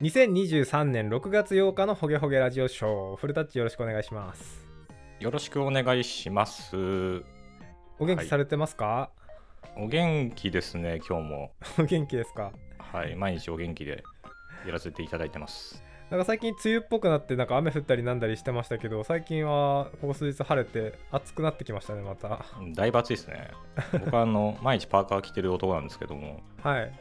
2023年6月8日のホゲホゲラジオショーフルタッチよろしくお願いしますよろしくお願いします。お元気されてますか、お元気ですね、今日も。お元気ですかはい、毎日お元気でやらせていただいてます。なんか最近梅雨っぽくなってなんか雨降ったりなんだりしてましたけど最近はここ数日晴れて暑くなってきましたねまたうんだいぶ暑いですね。僕はあの毎日パーカー着てる男なんですけども、はい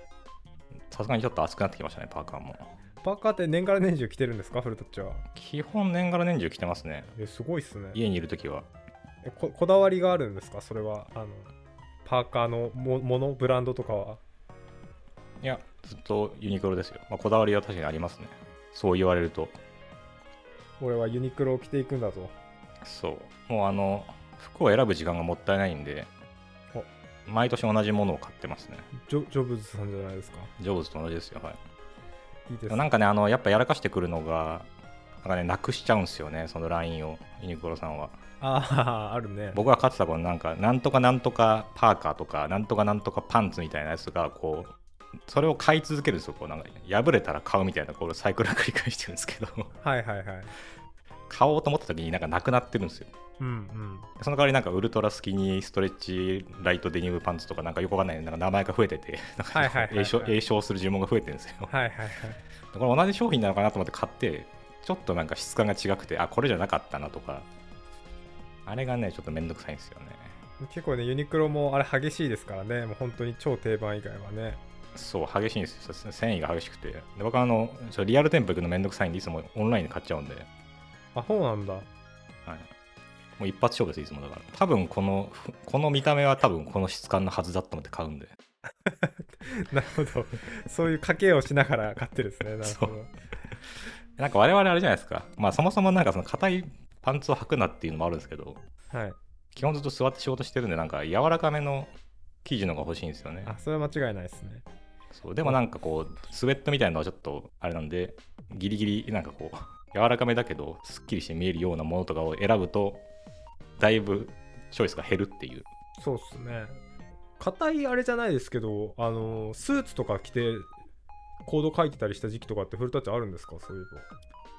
さすがにちょっと暑くなってきましたね、パーカーも。パーカーって年がら年中着てるんですかフルタッチは基本年がら年中着てますね。えすごいっすね家にいるときは。えここだわりがあるんですかそれはあのパーカーのもものブランドとかはいや、ずっとユニクロですよ。まあ、こだわりは確かにありますね。そう言われると。俺はユニクロを着ていくんだとそう。もうあの、服を選ぶ時間がもったいないんでお、毎年同じものを買ってますね。ジョジョブズさんじゃないですかジョブズと同じですよ。はい。いいですなんかね、あのやっぱやらかしてくるのが、なんかね、なくしちゃうんですよね、そのラインを、ユニクロさんは。あああるね僕が買ってたこの、なんか、なんとかなんとかパーカーとか、なんとかなんとかパンツみたいなやつが、こう、それを買い続けるんですよ、こう、なんか、破れたら買うみたいな、こう、サイクルを繰り返してるんですけど、 はいはいはい買おうと思った時になんかなくなってるんですよ。うんうんその代わりなんか、ウルトラスキニーストレッチライトデニムパンツとか、なんかよくわかんない、なんか名前が増えてて、なんはいはいはいかはい栄称、栄称する注文が増えてるんですよ。はいはいはいこれ同じ商品なのかなと思って買ってちょっとなんか質感が違くてあこれじゃなかったなとかあれがねちょっとめんどくさいんですよね結構ねユニクロもあれ激しいですからねもう本当に超定番以外はねそう激しいんですよそう繊維が激しくてで僕はあのちょっとリアル店舗行くのめんどくさいんでいつもオンラインで買っちゃうんで、はい、あそうなんだ もう一発勝負ですいつもだから多分このふこの見た目は多分この質感のはずだと思って買うんでなるほどそういう賭けをしながら買ってるん ですねなるほどなんか我々あれじゃないですかまあそもそもなんかその硬いパンツを履くなっていうのもあるんですけどはい基本ずっと座って仕事してるんでなんか柔らかめの生地のが欲しいんですよねあそれは間違いないですねそうでもなんかこうスウェットみたいなのはちょっとあれなんでギリギリなんかこう柔らかめだけどすっきりして見えるようなものとかを選ぶとだいぶチョイスが減るっていうそうっすね硬いあれじゃないですけどあのスーツとか着てコード書いてたりした時期とかってフルタッチあるんですかそういう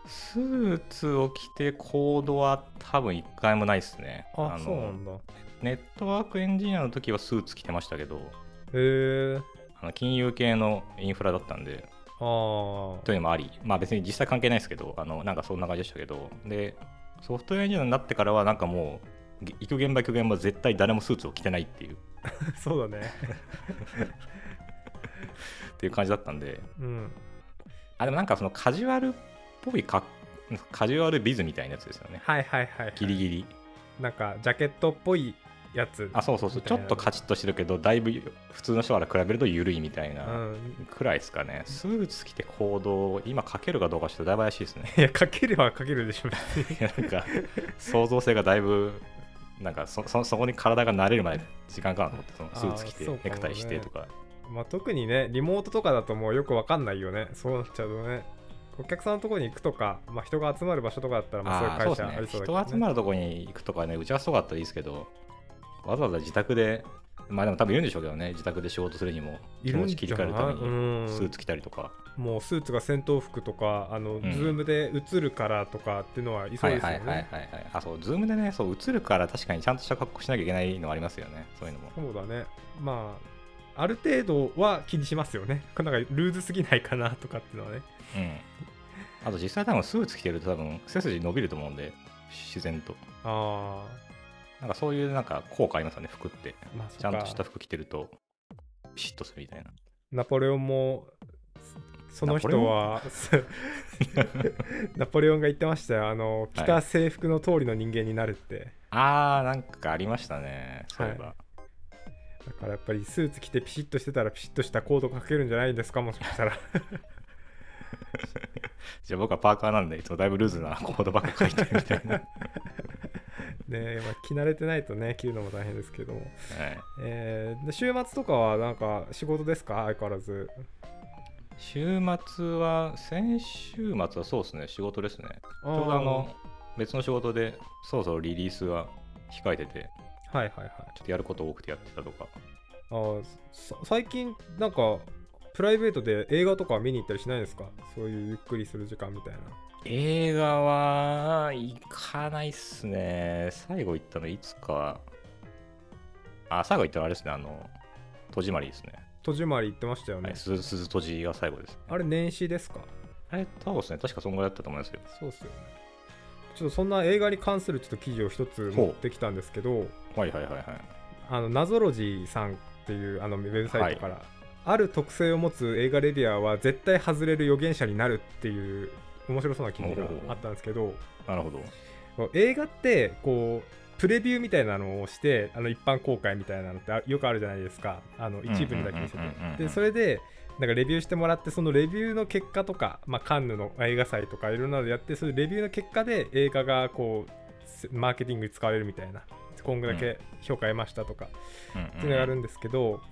スーツを着てコードは多分一回もないですねのあのそうなんだへネットワークエンジニアの時はスーツ着てましたけどえあの金融系のインフラだったんでああ というのもあり、まあ別に実際関係ないですけど、あのなんかそんな感じでしたけど、で、ソフトウェアエンジニアになってからは、なんかもう、げ行く現場行く現場、絶対誰もスーツを着てないっていうそうだねっていう感じだったんで、うんあ、でもなんかそのカジュアルっぽいか、カジュアルビズみたいなやつですよね、はいはいはい、はい、ギリギリ。なんかジャケットっぽいやつあ、そうそうそう、ちょっとカチッとしてるけど、だいぶ普通の人から比べると緩いみたいうな。んくらいですかねスーツ着て行動今かけるかどうかちょっとだいぶ怪しいですね いやかければかけるでしょ別に いやなんか想像性がだいぶなんかそそそこに体が慣れるまで時間かかると思ってそのスーツ着あーてそうかもねネクタイしてとかまあ特にねリモートとかだともうよくわかんないよねそうなっちゃうとねお客さんのところに行くとか、まあ、人が集まる場所とかだったらまああーそういそう会うです社ありそうだねけど、ね人集まるとこに行くとかね打ち合わせとかだったらいいですけどわざわざ自宅でまあでも多分いるんでしょうけどね自宅で仕事するにもい気るん持じちゃ切り替えるためないうんにスーツ着たりとかもうスーツが戦闘服とかあの、んズームで映るからとかっていうのはいそうはでいすよはね、いはいはいはいあそうズームでねそう映るから確かにちゃんとした格好しなきゃいけないのはありますよねそういうのもそうだねまあある程度は気にしますよねなんかルーズすぎないかなとかっていうのはねうんあと実際多分スーツ着てると多分背筋伸びると思うんで自然とあなんかそういうなんか効果ありますよね、服って。あまあそっちゃかんとした服着てると、ピシッとするみたいな。ナポレオンもそその人はナポレオンが言ってましたよあの着た制服の通りの人間になるって、あー、なんかありましたね、そういえば。だからやっぱりスーツ着てピシッとしてたらピシッとしたコードかけるんじゃないんですかもしかしたら じゃあ僕はパーカーなんで、いつもだいぶルーズなコードばっか書いてるみた いな。はいねまあ、着慣れてないとね着るのも大変ですけども、えーで週末とかはなんか仕事ですか相変わらず週末は、先週末はそうですね、仕事ですね。ちちょうどあの、別の仕事で、そろそろリリースが控えてて、はいはいはいちょっとやること多くてやってたとか。あーさ最近なんかプライベートで映画とかは見に行ったりしないですかそういうゆっくりする時間みたいな。映画は行かないっすね。最後行ったのいつか。あ、最後行ったのあれですね。あの、戸締まりですね。戸締まり行ってましたよね。はい、鈴鈴戸締が最後です、ね。あれ、年始ですかあれ、そうですね。確かそんぐらいだったと思いますよ。そうっすよね。ちょっとそんな映画に関するちょっと記事を一つ持ってきたんですけど、はいはいはいはい。あのナゾロジーさんっていうあのウェブサイトから、ある特性を持つ映画レディアは絶対外れる予言者になるっていう面白そうな記事があったんですけどなるほど。映画ってこうプレビューみたいなのをしてあの一般公開みたいなのってあよくあるじゃないですかあの一部にだけ見せうんうんうんうんうんてでそれでなんかレビューしてもらってそのレビューの結果とか、まあ、カンヌの映画祭とかいろんなのでやってそれレビューの結果で映画がこうせマーケティングに使われるみたいな今後だけ評価得ましたとかうんっていうのがあるんですけど、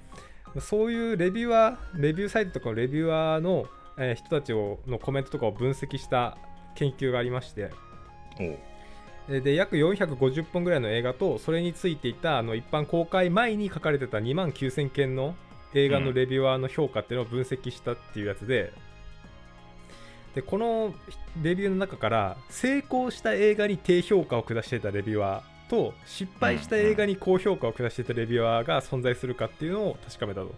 そういうレビュアーレビューサイトとかのレビュアーの、えー人たちをのコメントとかを分析した研究がありましてうんおうえーで約450本ぐらいの映画とそれについていたあの一般公開前に書かれてた2万9000件の映画のレビュアーの評価っていうのを分析したっていうやつで。でこのレビューの中から成功した映画に低評価を下していたレビュアーと失敗した映画に高評価を下していたレビュアーが存在するかっていうのを確かめたと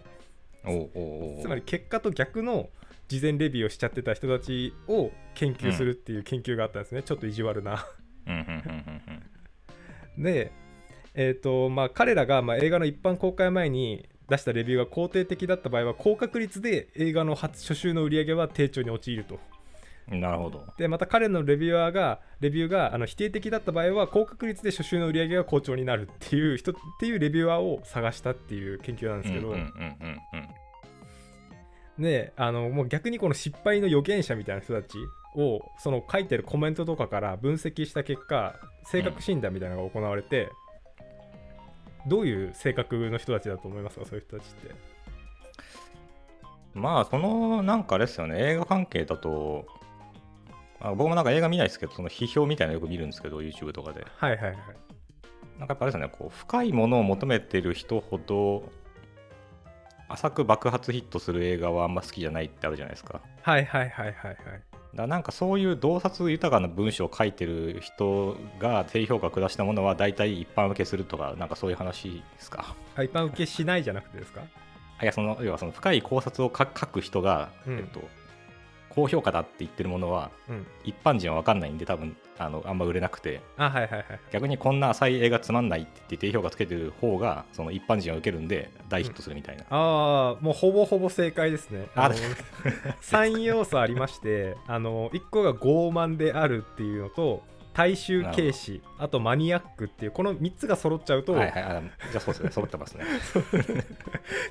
おうおうおうつまり結果と逆の事前レビューをしちゃってた人たちを研究するっていう研究があったんですね、ちょっと意地悪なうんうんうんうんうんで、えーとまあ、彼らがまあ映画の一般公開前に出したレビューが肯定的だった場合は高確率で映画の初初週の売り上げは低調に陥るとなるほど。でまた彼のレビュアーがレビューがあの否定的だった場合は高確率で初週の売り上げが好調になるっていう人っていうレビュアーを探したっていう研究なんですけど、うんうんうんうんであのもう逆にこの失敗の予言者みたいな人たちをその書いてるコメントとかから分析した結果性格診断みたいなのが行われて、どういう性格の人たちだと思いますかそういう人たちってうんまあ、その、なんかあれですよね、映画関係だと、あ僕もなんか映画見ないですけど、その批評みたいなのよく見るんですけど、YouTube とかで。はいはいはいなんかやっぱあれですよね、こう深いものを求めてる人ほど、浅く爆発ヒットする映画はあんま好きじゃないってあるじゃないですか。はいはいはいはいはいだからなんかそういう洞察豊かな文章を書いてる人が低評価を下したものは大体一般受けするとか、なんかそういう話ですか。あ一般受けしないじゃなくてですかあいやその要はその深い考察を書書く人が、うんえっと、高評価だって言ってるものはうん一般人は分かんないんで多分あのあんま売れなくてあはいはいはい逆にこんな浅い映画つまんないって言って低評価つけてる方がその一般人は受けるんで大ヒットするみたいな、ああもうほぼほぼ正解ですねあ の3要素ありましてあの1個が傲慢であるっていうのと大衆軽視あとマニアックっていうこの3つが揃っちゃうと、はいはいあじゃあそうですね揃ってますね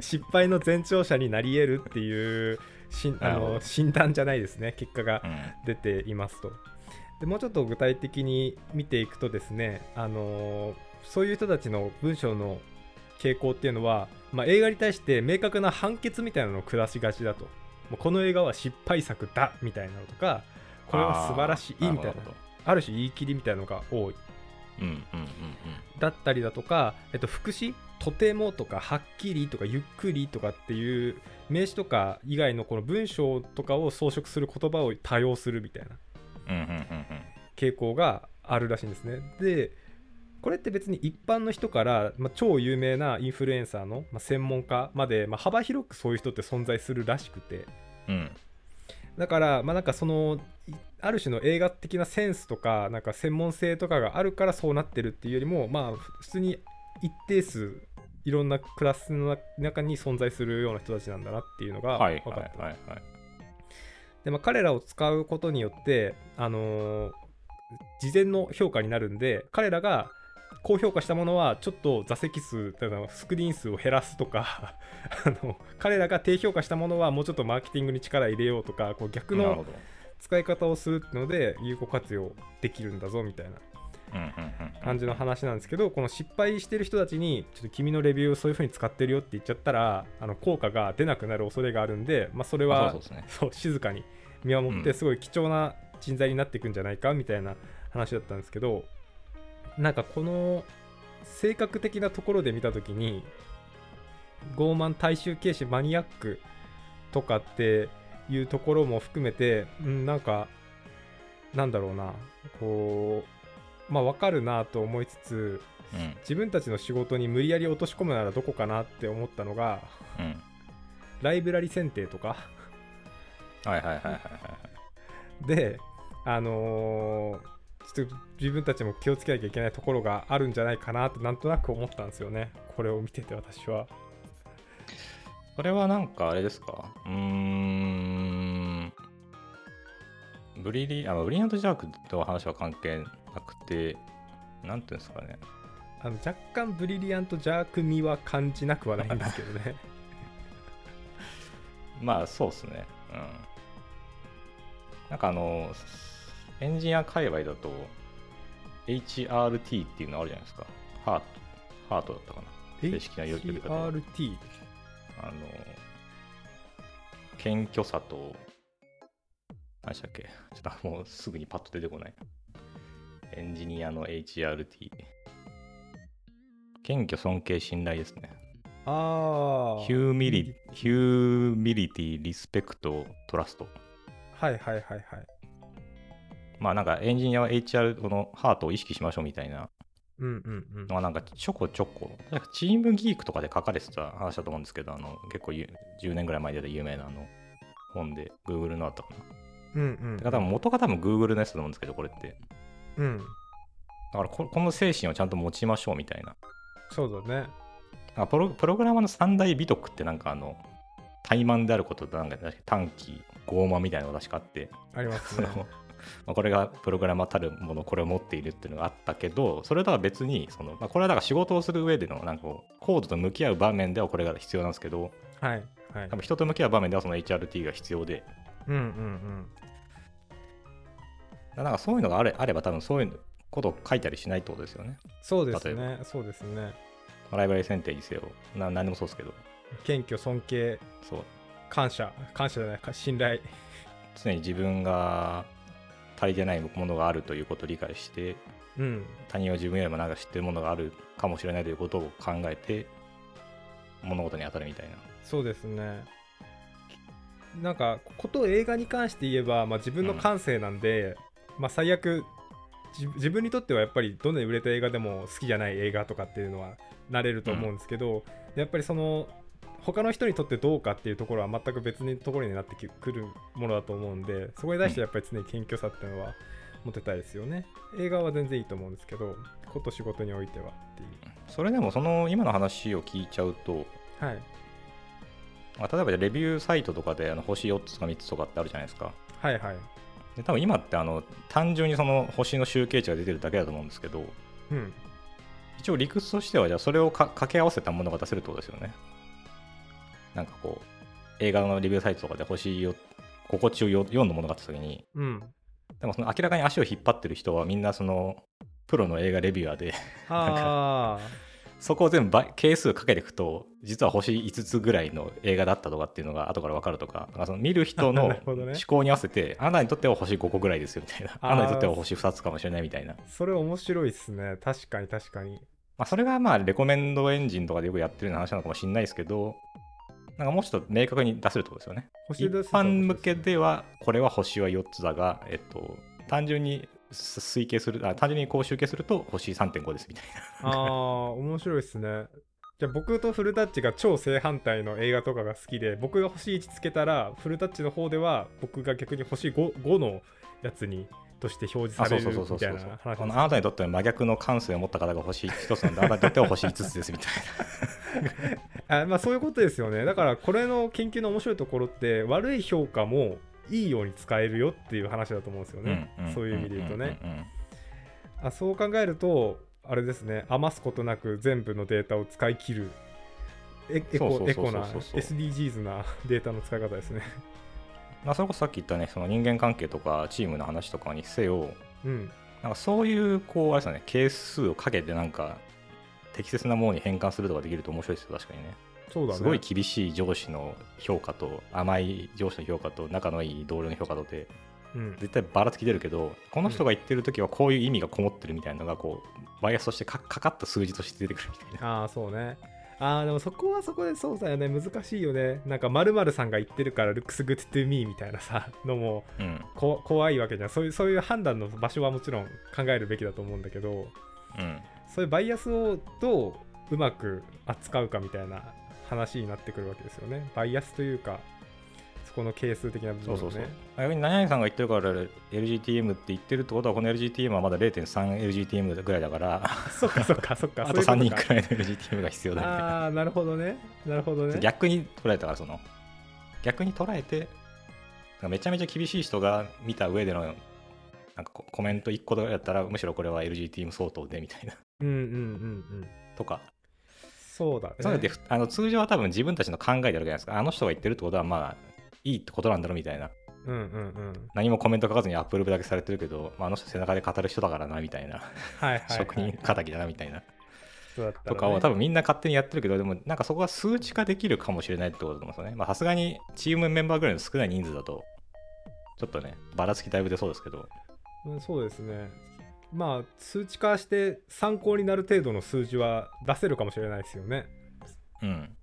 失敗の前兆者になり得るっていうしんあなるほのど診断じゃないですね結果がうん出ていますと。でもうちょっと具体的に見ていくとですね、あのーそういう人たちの文章の傾向っていうのは、まあ、映画に対して明確な判決みたいなのを下しがちだと。もうこの映画は失敗作だみたいなのとか、これは素晴らしいあーみたいな、るほどある種言い切りみたいなのが多い。うんうんうんうんだったりだとか、えっと、副詞とてもとかはっきりとかゆっくりとかっていう名詞とか以外のこの文章とかを装飾する言葉を多用するみたいなうんうんうんうん傾向があるらしいんですね。でこれって別に一般の人から、まあ、超有名なインフルエンサーの、まあ、専門家まで、まあ、幅広くそういう人って存在するらしくてうんだからまあなんかそのいある種の映画的なセンスとかなんか専門性とかがあるからそうなってるっていうよりもまあふ普通に一定数いろんなクラスの中に存在するような人たちなんだなっていうのがはい分はかいった、はいはいで、まあ、彼らを使うことによって、あのー事前の評価になるんで彼らが高評価したものはちょっと座席数だからスクリーン数を減らすとか あの彼らが低評価したものはもうちょっとマーケティングに力入れようとかこう逆なるのほど使い方をするので有効活用できるんだぞみたいなうんうんうんうん感じの話なんですけどこの失敗してる人たちにちょっと君のレビューをそういう風に使ってるよって言っちゃったらあの効果が出なくなる恐れがあるんで、まあ、それあはそうそうですねそう静かに見守っうてんすごい貴重な人材になっていくんじゃないかみたいな話だったんですけどなんかこの性格的なところで見た時に傲慢大衆軽視マニアックとかっていうところも含めて、うん、なんかなんだろうなこうまあわかるなと思いつつうん自分たちの仕事に無理やり落とし込むならどこかなって思ったのがうんライブラリ選定とかはいはいはいはいはいであのーちょっと自分たちも気をつけなきゃいけないところがあるんじゃないかなってなんとなく思ったんですよねこれを見てて私はそれはなんかあれですかうーんブリリあブリリアントジャークとは話は関係なくてなんていうんですかねあの若干ブリリアントジャーク味は感じなくはないんですけどねまあそうっすねうんなんかあのエンジニア界隈だと HRT っていうのあるじゃないですかハートハートだったかな 正式な呼び方 HRT あの、謙虚さと、何でしたっけちょっともうすぐにパッと出てこない。エンジニアの HRT。謙虚、尊敬、信頼ですね。ああヒューミリ、ヒューミリティ、リスペクト、トラスト。はいはいはいはいまあなんかエンジニアは HR、このハートを意識しましょうみたいなうんうんうんのはなんかちょこちょこ、なんかチームギークとかで書かれてた話だと思うんですけど、あの結構ゆ10年ぐらい前で出た有名なあの本で Google のあったかな。うんうんてか多分元が多分 Google のやつだと思うんですけど、これって。うんだからこ、この精神をちゃんと持ちましょうみたいな。そうだねあプロプログラマーの三大美徳ってなんかあの、怠慢であることとなんか確か短期、傲慢みたいなのが確かあって、あり ますねそのまあこれがプログラマーたるもの、これを持っているっていうのがあったけど、それとは別に、そのまあ、これはだから仕事をする上での、なんかこう、コードと向き合う場面ではこれが必要なんですけど、はいはい多分人と向き合う場面ではその HRT が必要で、うんうんだからなんかそういうのがあれあれば、多分そういうことを書いたりしないってことですよね。うんそうです例ねそうですねライバリー選定にせよ、な何でもそうですけど、謙虚尊敬そう感謝感謝じゃないか信頼常に自分が足りてないものがあるということを理解して、うん他人は自分よりもなんか知ってるものがあるかもしれないということを考えて、物事に当たるみたいな。そうですねなんかこと映画に関して言えば、まあ、自分の感性なんで、まあ最悪じ自分にとってはやっぱりどんなに売れた映画でも好きじゃない映画とかっていうのはなれると思うんですけど、やっぱりその他の人にとってどうかっていうところは全く別のところになってきくるものだと思うんでそこに対してやっぱり常に謙虚さっていうのは持てたいですよね映画は全然いいと思うんですけどこと仕事においてはっていうそれでもその今の話を聞いちゃうと、はいまあ例えばレビューサイトとかであの星4つとか3つとかってあるじゃないですか。はいはいで多分今ってあの単純にその星の集計値が出てるだけだと思うんですけど、うん一応理屈としてはじゃあそれをか掛け合わせたものが出せるってことですよねなんかこう映画のレビューサイトとかで星を心地を4のものがあった時にうんでもその明らかに足を引っ張ってる人はみんなそのプロの映画レビュアーでああそこを全部ば係数かけていくと実は星5つぐらいの映画だったとかっていうのが後から分かるとかなんかその見る人 のなるほどね思考に合わせて、あなたにとっては星5個ぐらいですよみたいなあーあなたにとっては星2つかもしれないみたいなそれ面白いですね確かに確かにまあ、それがまあレコメンドエンジンとかでよくやってるような話なのかもしれないですけど、なんかもうちょっと明確に出せるってことですよね。星一出すと般向けでは、これは星は4つだが、えっと、単純に推計する、あ単純にこう集計すると星3.5ですみたいな。ああ面白いですねじゃあ僕とフルタッチが超正反対の映画とかが好きで僕が星1つけたらフルタッチの方では僕が逆に星 5, 5のやつにとして表示さあ、それうそるうそうそみうたそういな話あですのあなたにとっては真逆の感性を持った方が星1つなんで、あなたにとっては星5つですみたいあまあそういうことですよねだからこれの研究の面白いところって悪い評価もいいように使えるよっていう話だと思うんですよ な。ねそういう意味で言うとね、んんんん。あそう考えるとあれですね余すことなく全部のデータを使い切るエエそうコそうエそうそうコなそうそう SDGs なデータの使い方ですねまあ、それこそさっき言ったね、その人間関係とかチームの話とかにせよ、うんなんかそういう、こう、あれですよね、係数をかけて、なんか、適切なものに変換するとかできると面白いですよ、確かにね。そうだねすごい厳しい上司の評価と、甘い上司の評価と、仲のいい同僚の評価とで、うん、絶対ばらつき出るけど、この人が言ってる時はこういう意味がこもってるみたいなのが、こう、バイアスとしてかかかった数字として出てくるみたいな。ああそうねあーでもそこはそこでそうだよね難しいよねなんか〇〇さんが言ってるから looks good to me みたいなさのもうんこ怖いわけじゃんそういうそういう判断の場所はもちろん考えるべきだと思うんだけどうんそういうバイアスをどううまく扱うかみたいな話になってくるわけですよねバイアスというかそこの係数的な部分そうをそうそうね。あ逆に何々さんが言ってるから LGTM って言ってるってことはこの LGTM はまだ 0.3LGTM ぐらいだから そっかそっかそっかあと3人くいらいの LGTM が必要だみたいなああーなるほどねなるほどね逆に捉えたからその逆に捉えてなんかめちゃめちゃ厳しい人が見た上でのなんかこコメント1個とかやったらむしろこれは LGTM 相当でみたいな うんうんうんうんとかそうだねそういうのってふあの通常は多分自分たちの考えであるじゃないですかあの人が言ってるってことはまあいいってことなんだろうみたいなうんうんうん何もコメント書かずにアップルブだけされてるけど、まあ、あの人背中で語る人だからなみたいな、はいはい、はい、職人敵だなみたいなそうだったらねとかを多分みんな勝手にやってるけどでもなんかそこは数値化できるかもしれないってことだと思うんですよねまあさすがにチームメンバーぐらいの少ない人数だとちょっとねばらつきだいぶ出そうですけどうんそうですねまあ数値化して参考になる程度の数字は出せるかもしれないですよね、うん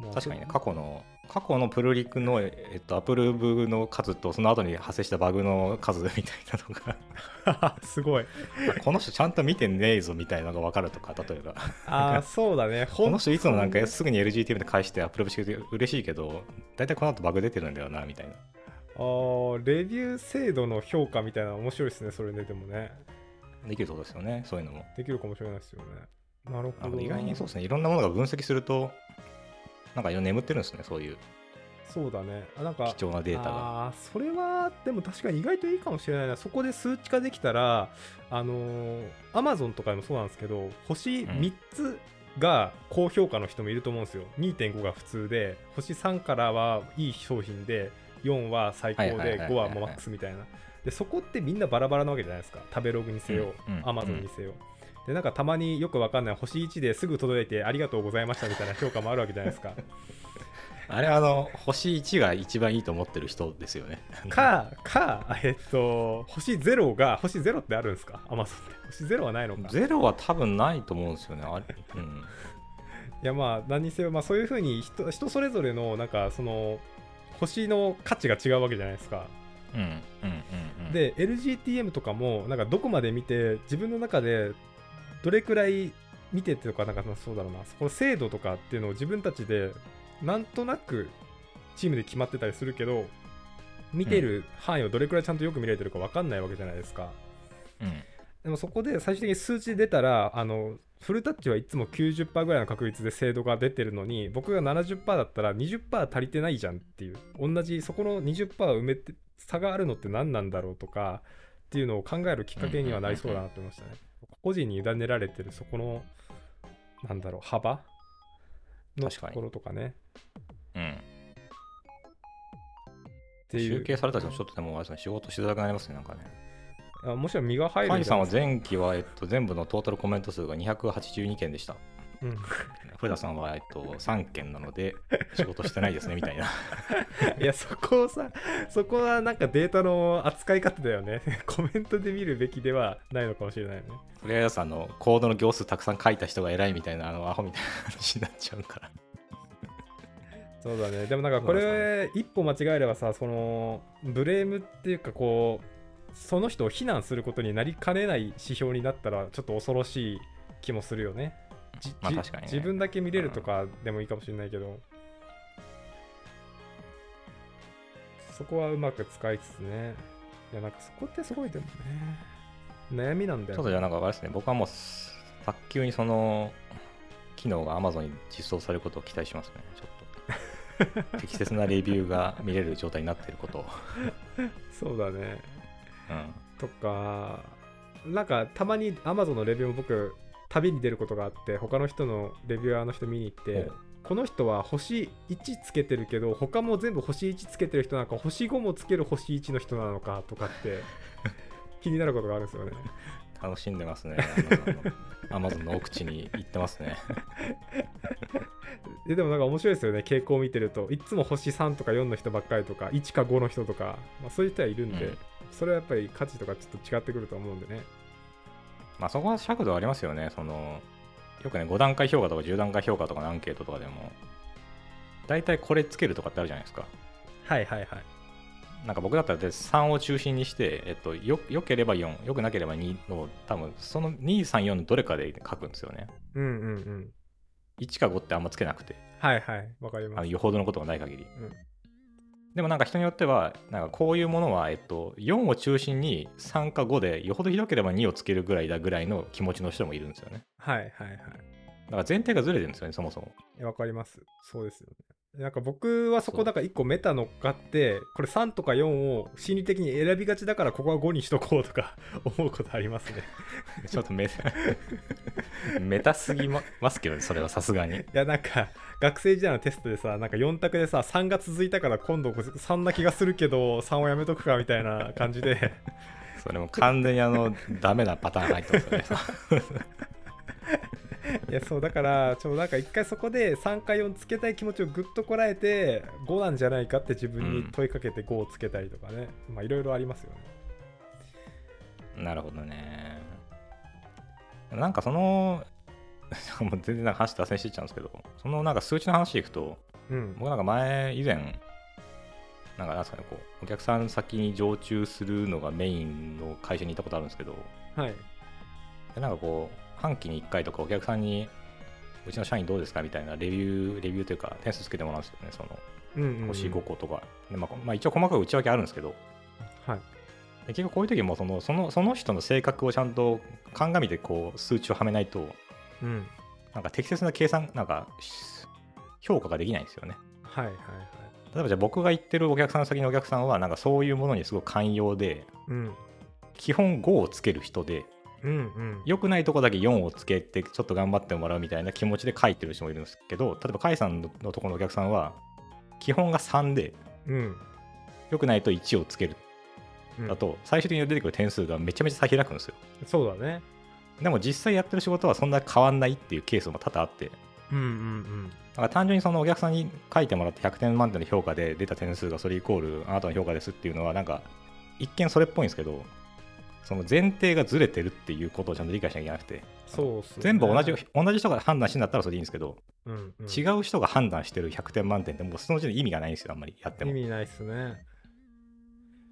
まあ確かにね過去の過去のプルリクの、えっと、アップルブの数とその後に発生したバグの数みたいなのが すごいあこの人ちゃんと見てねえぞみたいなのが分かるとか例えば ああそうだねこの人いつもなんほかとすぐに LGTM で返してアップロードしてくれて嬉しいけど大体この後バグ出てるんだよなみたいなあーレビュー制度の評価みたいなの面白いですねそれねでもねできるってことですよねそういうのもできるかもしれないですよねなるほなどるほどな意外にそうですねいろんなものが分析するとなんかいろいろ眠ってるんですねそういうそうだねあなんか貴重なデータがあーそれはでも確かに意外といいかもしれないなそこで数値化できたらあのー Amazon とかでもそうなんですけど星3つが高評価の人もいると思うんですよ、2.5が普通で星3からはいい商品で4は最高はいはいはいではいは5はいもうマックスみたいなでそこってみんなバラバラなわけじゃないですか食べログにせよ、うんうん Amazon にせよ、でなんかたまによくわかんない星1ですぐ届いてありがとうございましたみたいな評価もあるわけじゃないですかあれあの星1が一番いいと思ってる人ですよねか、か、 えっと、星ゼロが、星ゼロってあるんですか、アマゾンって。星ゼロはないのか。いゼロは多分ないと思うんですよねあれ、うん、や、まあ、何にせよ、まあ、そういうふうに人、人それぞれの、なんか、その、星の価値が違うわけじゃないですか。うんうんうんうんで、LGTM とかも、なんか、どこまで見て、自分の中で、どれくらい見てとか、なんか、そうだろうな、この精度とかっていうのを自分たちで、なんとなく、チームで決まってたりするけど、見てる範囲をどれくらいちゃんとよく見れてるか分かんないわけじゃないですか。うんでもそこで最終的に数値出たらあのフルタッチはいつも90%ぐらいの確率で精度が出てるのに僕が70%だったら20%足りてないじゃんっていう同じそこの20%を埋めて差があるのって何なんだろうとかっていうのを考えるきっかけにはなりそうだなと思いましたね。個人に委ねられてるそこのなんだろう幅の確とかにころとかね。うんっていう集計された人もちょっとでもあれですね仕事しづらくなりますねなんかねあもしろ身が入るカイんリじゃさんないはです前期は、えっと、全部のトータルコメント数が282件でしたかうん古田さんは、えっと、3件なの で仕事してないですねみたいないやそこをさそこはなんかデータの扱い方だよね コメントで見るべきではないのかもしれないねとりあえずあのコードの行数たくさん書いた人が偉いみたいなあのアホみたいな話になっちゃうからそうだねでもなんかこそうでれ一歩間違えればさそのブレームっていうかこうその人を非難することになりかねない指標になったらちょっと恐ろしい気もするよねじまあじ確かにね自分だけ見れるとかでもいいかもしれないけど、そこはうまく使いつつねいやなんかそこってすごいでもね悩みなんだよねちょっとじゃあなんかあれですね僕はもう早急にその機能が Amazon に実装されることを期待しますねちょっ と適切なレビューが見れる状態になっていることを、そうだね。うん、とか、なんかたまに Amazon のレビューも僕、旅に出ることがあって、他の人のレビュアーの人見に行ってお、この人は星1つけてるけど、他も全部星1つけてる人なのか、星5もつける星1の人なのかとか って、気になることがあるんですよね。楽しんでますね Amazon の Amazon の奥地に行ってますねででもなんか面白いですよね、傾向を見てると、いつも星3とか4の人ばっかりとか、1か5の人とか、まあ、そういう人はいるんで、うんそれはやっぱり価値とかちょっと違ってくると思うんでね。まあそこは尺度ありますよね。そのよくね5段階評価とか10段階評価とかのアンケートとかでも大体これつけるとかってあるじゃないですかはいはいはいなんか僕だったらで3を中心にして、えっと、よよければ4よくなければ2を多分その234のどれかで書くんですよねうんうんうん1か5ってあんまつけなくてはいはいわかりあまのすよほどのことがない限り、うんでもなんか人によってはなんかこういうものは、えっと、4を中心に3か5でよほどひどければ2をつけるぐらいだぐらいの気持ちの人もいるんですよねはいはいはいだから前提がずれてるんですよねそもそもいやわかりますそうですよねなんか僕はそそこうだから1個メタ乗っかってこれ3とか4を心理的に選びがちだからここは5にしとこうとか 思うことありますね ちょっとメタメタすぎまますけどねそれはさすがにいやなんか学生時代のテストでさなんか4択でさ3が続いたから今度3な気がするけど3をやめとくかみたいな感じで それも完全にあのダメなパターン入ってますよね いやそうだからちょなんか一回そこで3か4つけたい気持ちをぐっとこらえて5なんじゃないかって自分に問いかけて5をつけたりとかね、まあいろいろありますよねなるほどねなんかそのもう全然なんか話脱線してっちゃうんですけどそのなんか数値の話でいくとうん僕なんか前以前なんかなんですかねこうお客さん先に常駐するのがメインの会社にいたことあるんですけどはいでなんかこう半期に1回とかお客さんにうちの社員どうですかみたいなレビューレビューというか点数つけてもらうんですよねそのうんうんうん星5個とか、でまあこまあ、一応細かく内訳あるんですけどはいで結局こういう時もそのそのその人の性格をちゃんと鑑みてこう数値をはめないとうんなんか適切な計算なんかし評価ができないんですよねはいはいはい例えばじゃあ僕が言ってるお客さんの先のお客さんはなんかそういうものにすごい寛容でうん基本5をつける人でうんうん良くないとこだけ4をつけてちょっと頑張ってもらうみたいな気持ちで書いてる人もいるんですけど例えば甲斐さんのところのお客さんは基本が3でうん良くないと1をつけるうんだと最終的に出てくる点数がめちゃめちゃ差開くんですよそうだねでも実際やってる仕事はそんな変わんないっていうケースも多々あってうんうんだから単純にそのお客さんに書いてもらって100点満点の評価で出た点数がそれイコールあなたの評価ですっていうのはなんか一見それっぽいんですけどその前提がずれてるっていうことをちゃんと理解しなきゃいけなくてそうっすね全部同じ同じ人が判断してんだったらそれでいいんですけど、うんうん違う人が判断してる100点満点ってもうその時点で意味がないんですよあんまりやっても意で味ないっすね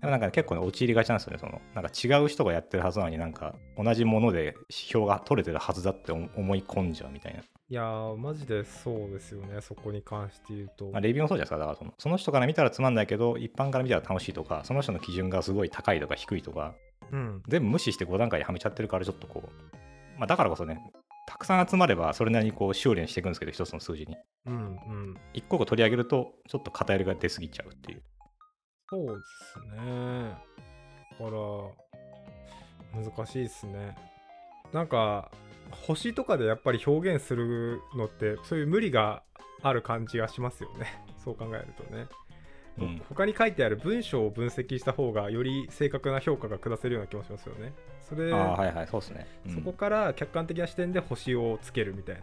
もなんか結構ね陥りがちなんですよねそのなんか違う人がやってるはずなのになんか同じもので指標が取れてるはずだって思思い込んじゃうみたいないやーマジでそうですよねそこに関して言うとまあ、レビューもそうじゃないですか、だからそのその人から見たらつまんないけど、一般から見たら楽しいとか、その人の基準がすごい高いとか低いとか、うん全部無視して5段階ではめちゃってるから、ちょっとこう、まあ、だからこそね、たくさん集まれば、それなりにこう修練していくんですけど、一つの数字に。うんうん一個一個取り上げると、ちょっと偏りが出すぎちゃうっていう。そうですね。だから、難しいですね。なんか、星とかでやっぱり表現するのって、そういう無理がある感じがしますよね。 そう考えるとね。うん、他に書いてある文章を分析した方が、より正確な評価が下せるような気もしますよね。それ、ああ、はいはい、そうですね。うんそこから客観的な視点で星をつけるみたいな。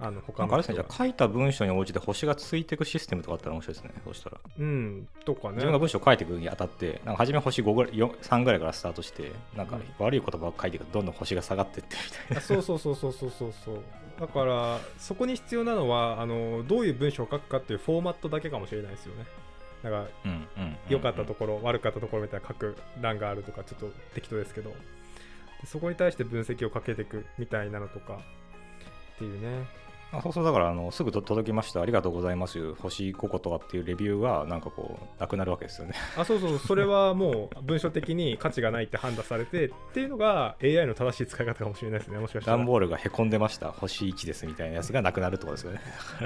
あの、な他んかのあれで人すね、じがゃあ書いた文章に応じて星がついていくシステムとかあったら面白いですね、そうしたら。うん、とか自分がね。文章を書いていくにあたって、なんか初め星5ぐらいよ3ぐらいからスタートして、なんかうん悪い言葉を書いていくと、どんどん星が下がっていってみたいな。あそうそうそうそうそうそうそう だからそこに必要なのはあのどういう文章を書くかっていうフォーマットだけかもしれないですよねだからうんうん良かったところ、悪かったところみたいな書く欄があるとかちょっと適当ですけどでそこに対して分析をかけていくみたいなのとかっていうねあそうそうだからあのすぐと届きましたありがとうございます星5個とかっていうレビューはなんかこうなくなるわけですよねあそうそうそれはもう文章的に価値がないって判断されてっていうのが AI の正しい使い方かもしれないですねもしかしたら段ボールがへこんでました星1ですみたいなやつがなくなるってことですよね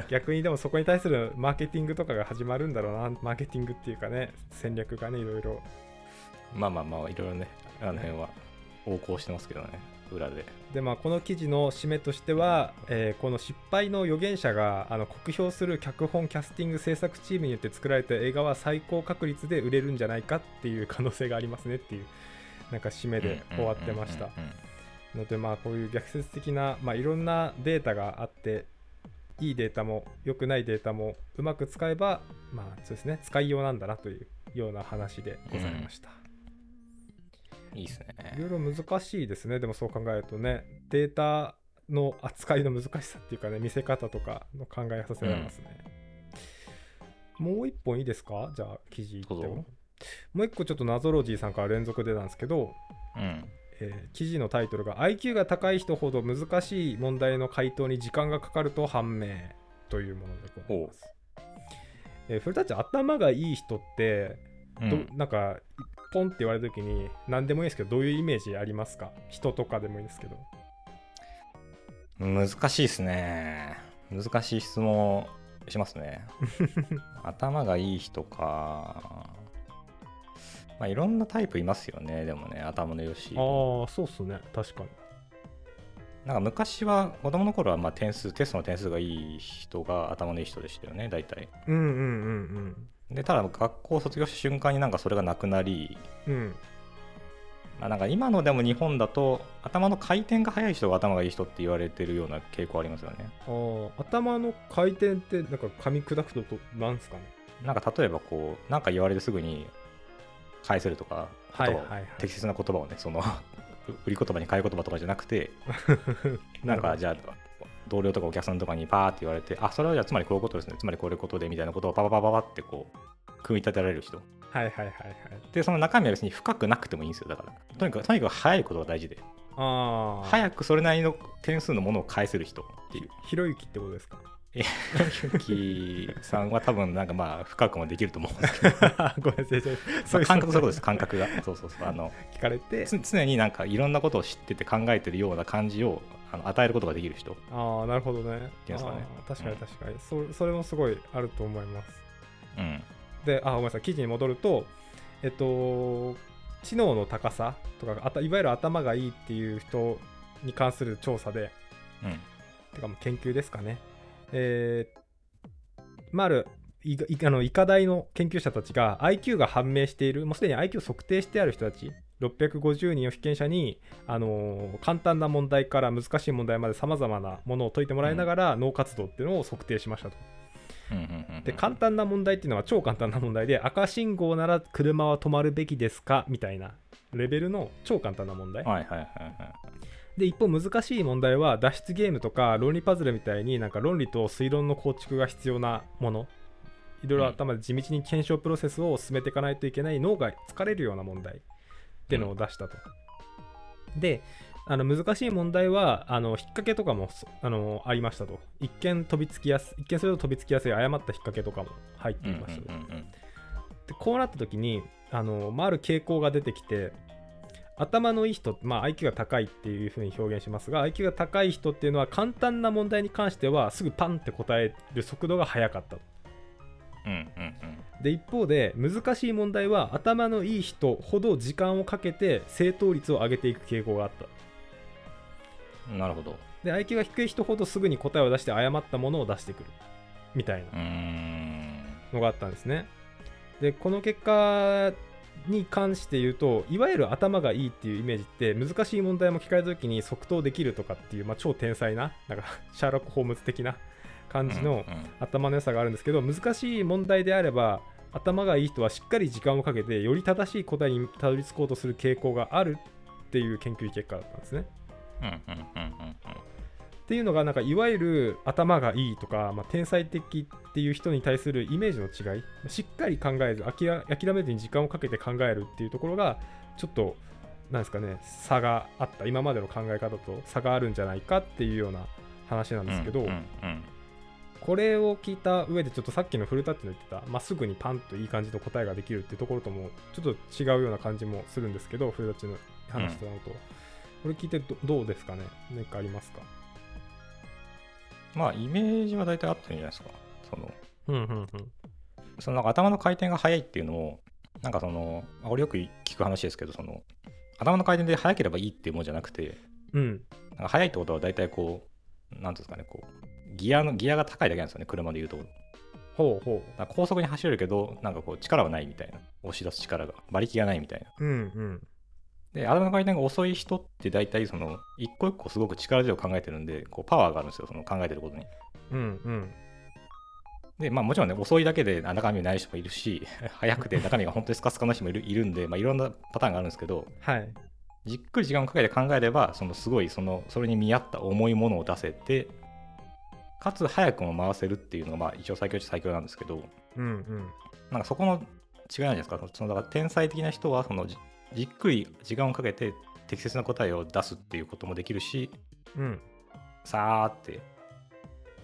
逆にでもそこに対するマーケティングとかが始まるんだろうなマーケティングっていうかね戦略がねいろいろまあまあまあいろいろねあの辺は横行してますけどね裏ででまあ、この記事の締めとしては、えーこの失敗の予言者があの酷評する脚本キャスティング制作チームによって作られた映画は最高確率で売れるんじゃないかっていう可能性がありますねっていうなんか締めで終わってましたうんうんうんのでまあこういう逆説的な、まあ、いろんなデータがあっていいデータも良くないデータもうまく使えばまあそうですね使いようなんだなというような話でございました。うんいいですねいろいろ難しいですね、でもそう考えるとね、データの扱いの難しさっていうかね見せ方とかの考えさせられますね、もう一本いいですかじゃあ記事いってどうぞももう一個ちょっとナゾロジーさんから連続でなんですけど、うん。えー記事のタイトルが IQ が高い人ほど難しい問題の回答に時間がかかると判明というものでございます、えー、古舘頭がいい人ってうど、ん、なんかポンって言われた時に何でもいいですけどどういうイメージありますか人とかでもいいですけど難しいですね難しい質問をしますね頭がいい人かまあいろんなタイプいますよねでもね頭の良しああそうっすね確かになんか昔は子供の頃はまあ点数テストの点数がいい人が頭のいい人でしたよね大体うんうんうんでただ学校を卒業した瞬間になんかそれがなくなりうんうんまあなんか今のでも日本だと頭の回転が速い人が頭がいい人って言われてるような傾向ありますよねあー頭の回転ってなんか噛み砕くとどなんすかねなんか例えばこうなんか言われてすぐに返せるとかはい言葉をはいはい適切な言葉をねその 売り言葉に買い言葉とかじゃなくてなんかじゃあ同僚とかお客さんとかにパーって言われてあそれはじゃあつまりこういうことですねつまりこういうことでみたいなことをパパパパパってこう組み立てられる人はいはいはいはいでその中身は別に深くなくてもいいんですよだからとにかくとにかく早いことが大事でああ早くそれなりの点数のものを返せる人っていうひろゆきってことですかゆきさんは多分なんかまあ深くもできると思うんですけどごめんなさいまあ感覚そういうことですす感覚がそうそうそうあの聞かれてつ常になんかいろんなことを知ってて考えてるような感じをあの与えることができる人ああなるほどねていうんですかねあー確かに確かに、そそれもすごいあると思いますうんであごめんなさい記事に戻るとえっと知能の高さとかあたいわゆる頭がいいっていう人に関する調査でうんてかもう研究ですかねえーまああるいいあの医科大の研究者たちが IQ が判明しているもうすでに IQ 測定してある人たち650人を被験者に、あのー簡単な問題から難しい問題までさまざまなものを解いてもらいながら脳活動っていうのを測定しましたと。うんうんうんうんで簡単な問題っていうのは超簡単な問題で赤信号なら車は止まるべきですかみたいなレベルの超簡単な問題はいはいはいはいで一方難しい問題は脱出ゲームとか論理パズルみたいになんか論理と推論の構築が必要なものいろいろ頭で地道に検証プロセスを進めていかないといけない脳が疲れるような問題っていうのを出したと。であの難しい問題はあの引っ掛けとかもそあのありましたと一見飛びつきやす一見すると飛びつきやすい誤った引っ掛けとかも入ってうんいうましたと。んうんでこうなった時にあの、まあ、ある傾向が出てきて頭のいい人、まあ、IQ が高いっていうふうに表現しますが IQ が高い人っていうのは簡単な問題に関してはすぐパンって答える速度が速かったとうんうんうんで一方で難しい問題は頭のいい人ほど時間をかけて正答率を上げていく傾向があったうんなるほどで IQ が低い人ほどすぐに答えを出して誤ったものを出してくるみたいなうーんのがあったんですね。でこの結果に関して言うといわゆる頭がいいっていうイメージって難しい問題も聞かれた時に即答できるとかっていう、まあ、超天才ななんか シャーロック・ホームズ的な感じのうんうん頭の良さがあるんですけど難しい問題であれば頭がいい人はしっかり時間をかけてより正しい答えにたどり着こうとする傾向があるっていう研究結果だったんですね。うんうんうんうんっていうのがなんかいわゆる頭がいいとか、まあ、天才的っていう人に対するイメージの違いしっかり考えず諦諦めずに時間をかけて考えるっていうところがちょっとなんですかね差があった今までの考え方と差があるんじゃないかっていうような話なんうんですけど、うんうんこれを聞いた上でちょっとさっきの古舘の言ってた、まあ、すぐにパンといい感じの答えができるっていうところともちょっと違うような感じもするんですけど古舘の話となると、これ聞いてどどうですかね何かありますかまあイメージは大体合ってるんじゃないですかそのうんうんうんそのなんか頭の回転が速いっていうのもなんかそのまあ俺よく聞く話ですけどその頭の回転で速ければいいっていうもんじゃなくてうんなんか速いってことは大体こう、なんていうんですかね、こう、ギアの、ギアが高いだけなんですよね、車で言うと。だかほうほら高速に走れるけど、なんかこう、力はないみたいな。押し出す力が。馬力がないみたいな。う。うんうん。で、頭の回転が遅い人って大体その、一個一個すごく力強く考えてるんで、こう、パワーがあるんですよ、その考えてることに。うんうん。で、まあもちろんね、遅いだけであ中身ない人もい るし、速くて中身が本当にスカスカな人もいるいるんで、まあいろんなパターンがあるんですけど、はい。じっくり時間をかけて考えればそのすごいそのそれに見合った重いものを出せてかつ早くも回せるっていうのがまあ一応最強っちゃ最強なんですけどうんうんなんかそこの違いなんじゃないですかそのだから天才的な人はそのじじっくり時間をかけて適切な答えを出すっていうこともできるしうんさーって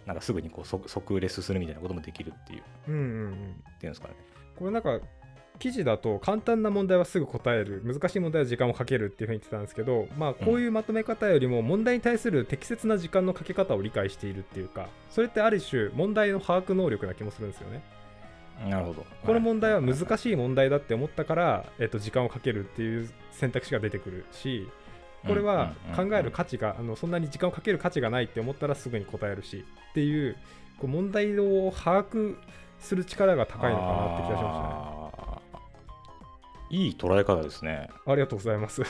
なんかすぐにこう即即レスするみたいなこともできるっていううんうんうんっていうんですかねこれなんか記事だと簡単な問題はすぐ答える難しい問題は時間をかけるっていうふうに言ってたんですけどまあこういうまとめ方よりも問題に対する適切な時間のかけ方を理解しているっていうかそれってある種問題の把握能力な気もするんですよねなるほどこの問題は難いしい問題だって思ったから、えっと、時間をかけるっていう選択肢が出てくるしこれは考える価値があのそんなに時間をかける価値がないって思ったらすぐに答えるしっていうこう問題を把握する力が高いのかなって気がしましたねしたねいい捉え方ですねありがとうございます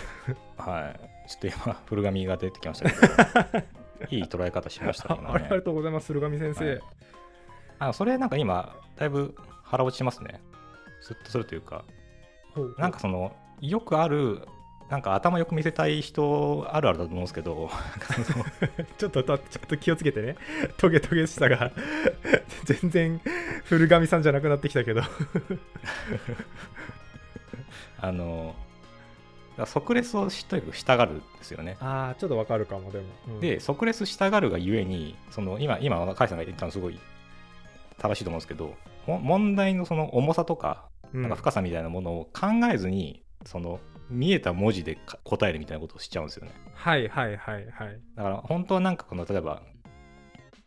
はいちょっと今古紙が出てきましたけどいい捉え方しましたね あ今ありがねとうございます鶴上先生、はいあそれなんか今だいぶ腹落ちしますねスッとするというかほうなんかそのよくあるなんか頭よく見せたい人あるあるだと思うんですけど なんかそのちょっとたちょっと気をつけてね トゲトゲしさが 全然古上さんじゃなくなってきたけどあのだから即レスをしとにかくしたがるんですよねああちょっとわかるかもでも、うんで即レスしたがるがゆえにその今今甲斐さんが言ったのすごい正しいと思うんですけども問題のその重さとかうんなんか深さみたいなものを考えずに、その見えた文字でか答えるみたいなことをしちゃうんですよねはいはいはいはいだから本当はなんかこの例えば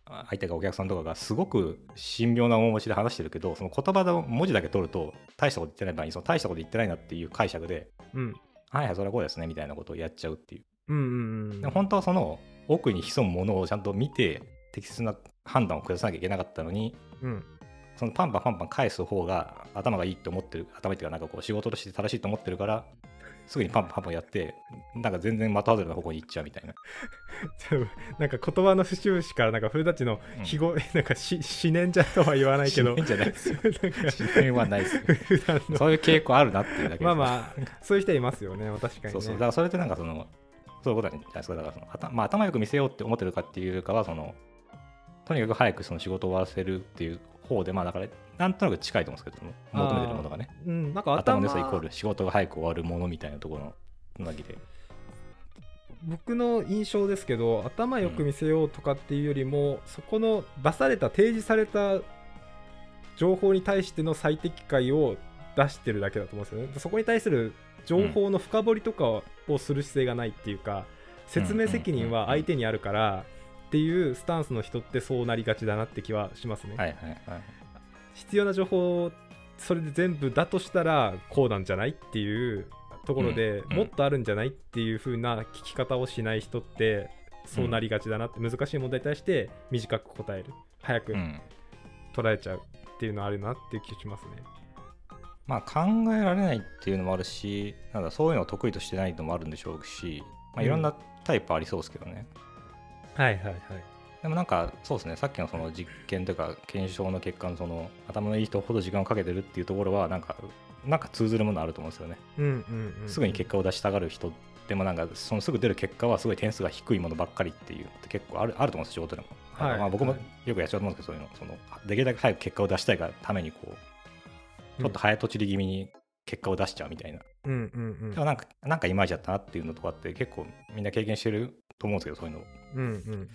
あ相手がお客さんとかがすごく神妙な面持ちで話してるけどその言葉の文字だけ取ると大したこと言ってない場合にその大したこと言ってないなっていう解釈でうんはいはいそれはこうですねみたいなことをやっちゃうっていううんうんうんでも本当はその奥に潜むものをちゃんと見て適切な判断を下さなきゃいけなかったのにうん そのパンパンパンパン返す方が頭がいいと思ってる頭っていうかなんかこう仕事として正しいと思ってるからすぐにパンパンパンパンやってなんか全然的外れの方向に行っちゃうみたいなちょっとなんか言葉の節々からなんか古舘のうん日ご、 なんかし思念じゃとは言わないけど思念じゃないですよなんか自然はないですよ 普段のそういう傾向あるなっていうだけですまあまあそういう人いますよね確かにねそうそうだからそれってなんかそのそういうことなんじゃないですかだからその頭,、まあ、頭よく見せようって思ってるかっていうよりかはそのとにかく早くその仕事を終わらせるっていう方でまあだからなんとなく近いと思うんですけどその求めてるものがねうんなんか頭頭の良さイコール仕事が早く終わるものみたいなところのつなぎで僕の印象ですけど頭よく見せようとかっていうよりも、そこの出された提示された情報に対しての最適解を出してるだけだと思うんですよねそこに対する情報の深掘りとかをする姿勢がないっていうか、説明責任は相手にあるからっていうスタンスの人ってそうなりがちだなって気はしますね、はいはいはい必要な情報をそれで全部だとしたらこうなんじゃないっていうところで、うんもっとあるんじゃないっていう風な聞き方をしない人ってそうなりがちだなって、難しい問題に対して短く答える早くうん捉えちゃうっていうのはあるなっていう気がしますね。まあ考えられないっていうのもあるしなんだそういうのを得意としてないのもあるんでしょうし、まあ、いろんなタイプありそうですけどね、はいはいはい。でもなんかそうですねさっきのその実験というか検証の結果のその頭のいい人ほど時間をかけてるっていうところはなんかなんか通ずるものあると思うんですよね、うんうんうん、すぐに結果を出したがる人でもなんかそのすぐ出る結果はすごい点数が低いものばっかりっていうのって結構あるあると思うんですよ仕事でも、はいなんかまあ僕もはいよくやっちゃうと思うんですけどそういうのそのできるだけ早く結果を出したいがためにこうちょっと早とちり気味に結果を出しちゃうみたいな、うんうんうんでもなんかなんかいまいちだったなっていうのとかって結構みんな経験してると思うんですけどそういうのをうんうん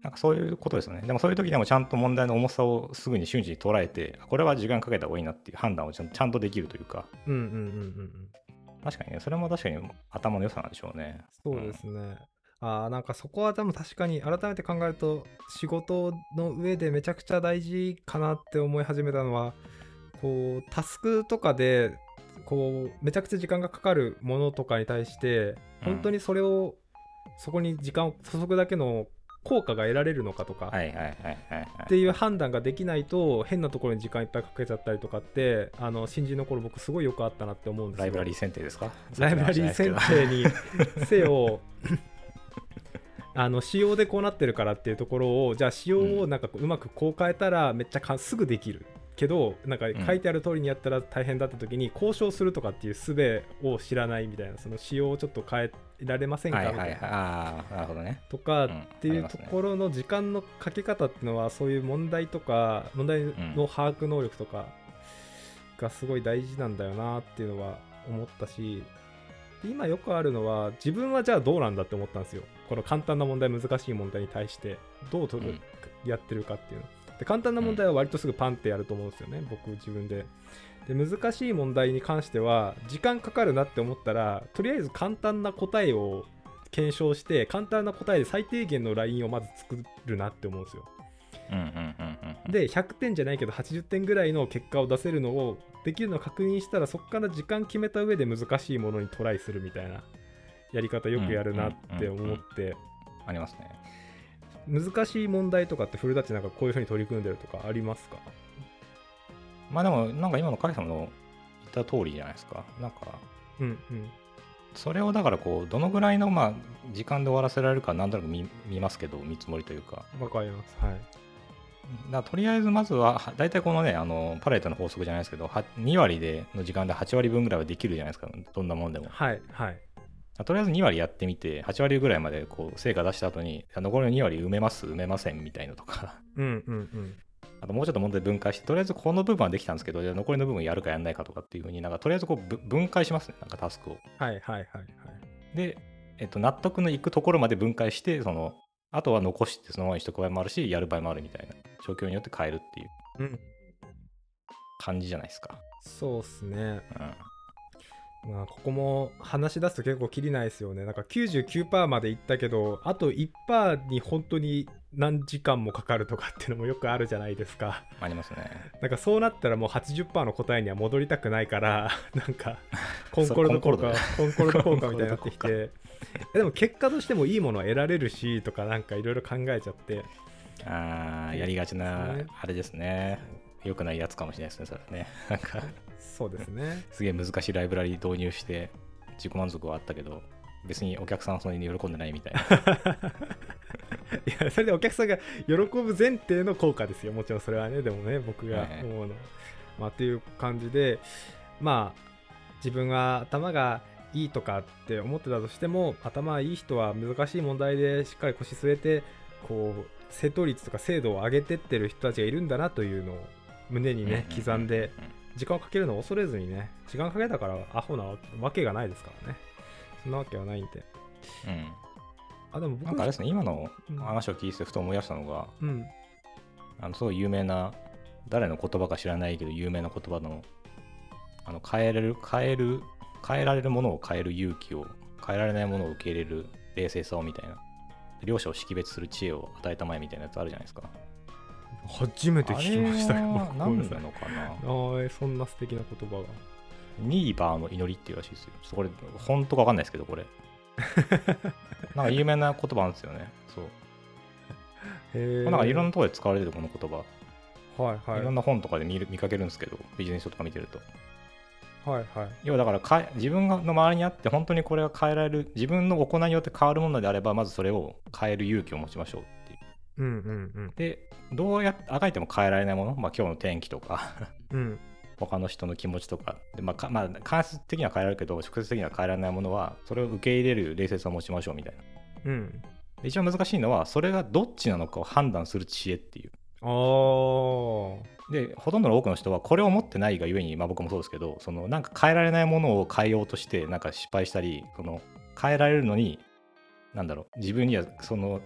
なんかそういうことですよね。でもそういう時でもちゃんと問題の重さをすぐに瞬時に捉えて、これは時間かけた方がいいなっていう判断をちゃんちゃんとできるというか、うんうんうんうん確かにね、それも確かに頭の良さなんでしょうね。そうですね。あーなんかそこはでも確かに改めて考えると仕事の上でめちゃくちゃ大事かなって思い始めたのはこうタスクとかでこうめちゃくちゃ時間がかかるものとかに対して本当にそれを、そこに時間を注ぐだけの効果が得られるのかとか、うん。はいはいはいはいはい。っていう判断ができないと変なところに時間いっぱいかけちゃったりとかってあの新人の頃僕すごいよくあったなって思うんですよライブラリー選定ですかライブラリー選定にせよあの仕様でこうなってるからっていうところをじゃあ仕様をなんかこううまくこう変えたらめっちゃかすぐできるけどなんかん書いてある通りにやったら大変だった時に交渉するとかっていう術を知らないみたいなその仕様をちょっと変えられませんかはみいたはいいな、はいああなるほどねとかうんっていうところの時間のかけ方っていうのは、そういう問題とか問題の把握能力とかがすごい大事なんだよなっていうのは思ったしで今よくあるのは自分はじゃあどうなんだって思ったんですよこの簡単な問題難しい問題に対してどう取る、やってるかっていうので簡単な問題は割とすぐパンってやると思うんですよね、僕自分でで難しい問題に関しては時間かかるなって思ったらとりあえず簡単な答えを検証して簡単な答えで最低限のラインをまず作るなって思うんですようんうんうんうんうんで100点じゃないけど80点ぐらいの結果を出せるのをできるのを確認したらそこから時間決めた上で難しいものにトライするみたいなやり方よくやるなって思ってありますね難しい問題とかって古舘なんかこういうふうに取り組んでるとかありますかまあでもなんか今のカイさんの言った通りじゃないですかなんかうんうんそれをだからこうどのぐらいのまあ時間で終わらせられるかなんとなく見見ますけど見積もりというかわかりますはいだからとりあえずまずはは大体このねあのパレートの法則じゃないですけどは2割での時間で8割分ぐらいはできるじゃないですかどんなもんでもだかはいはいらとりあえず2割やってみて8割ぐらいまでこう成果出した後にあ残りの2割埋めます埋めませんみたいなとか うんうんうんあともうちょっと問題分解してとりあえずこの部分はできたんですけどじゃあ残りの部分やるかやんないかとかっていうふうになんかとりあえずこうぶ分解しますねなんかタスクをはいはいはいはいで、えっと、納得のいくところまで分解してそのあとは残してそのままにしとく場合もあるしやる場合もあるみたいな状況によって変えるっていううん感じじゃないですか、そうっすねうん、まあここも話し出すと結構きりないですよねなんか99%までいったけどあと1%に本当に何時間もかかるとかっていうのもよくあるじゃないですかありますね。なんかそうなったらもう80%の答えには戻りたくないから なんかコンコルド効果コンコルド効果みたいになってきコンコてでも結果としてもいいものは得られるしとかなんかいろいろ考えちゃってああ、やりがちそうでなすね、あれですね。良くないやつかもしれないですね、それはね。 なんか、そうですねすげえ難しいライブラリ導入して、自己満足はあったけど、別にお客さんはそれに喜んでないみたいな。いやそれでお客さんが喜ぶ前提の効果ですよもちろんそれはねでもね僕がはいはい思うのは、まあっていう感じでまあ自分が頭がいいとかって思ってたとしても頭いい人は難しい問題でしっかり腰据えてこう正答率とか精度を上げてってる人たちがいるんだなというのを胸にねうん刻んでうん時間をかけるのを恐れずにね時間かけたからアホなわけがないですからねそんなわけはないんでうん。あでも僕なんかあれですね、今のうん話を聞いてふと思い出したのが、うんあの、すごい有名な、誰の言葉か知らないけど、有名な言葉の、あの、変えられる、変える、変えられるものを変える勇気を、変えられないものを受け入れる冷静さをみたいな。両者を識別する知恵を与えたまえみたいなやつあるじゃないですか。初めて聞きましたよあれは僕ごめんな何さないのかなああ、そんな素敵な言葉が。ニーバーの祈りっていうらしいですよ。ちょっとこれ、本当かわかんないですけ ど、これ。なんか有名な言葉なんですよね。そう。へえ。なんかいろんなところで使われてるこの言葉。はいはいい、ろんな本とかで見る見かけるんですけど、ビジネス書とか見てると。はいはい。要はだからかえ、自分の周りにあって、本当にこれが変えられる、自分の行いによって変わるものであれば、まずそれを変える勇気を持ちましょうっていうう。んうんで、どうやって、あがいても変えられないもの、まあ今日の天気とか、 うん。うん。他の人の気持ちとかで、まあかまあ、間接的には変えられるけど直接的には変えられないものはそれを受け入れる冷静さを持ちましょうみたいなうん。で一番難しいのはそれがどっちなのかを判断する知恵っていうああ。でほとんどの多くの人はこれを持ってないがゆえに、まあ、僕もそうですけどそのなんか変えられないものを変えようとしてなんか失敗したりその変えられるのになんだろう自分にはその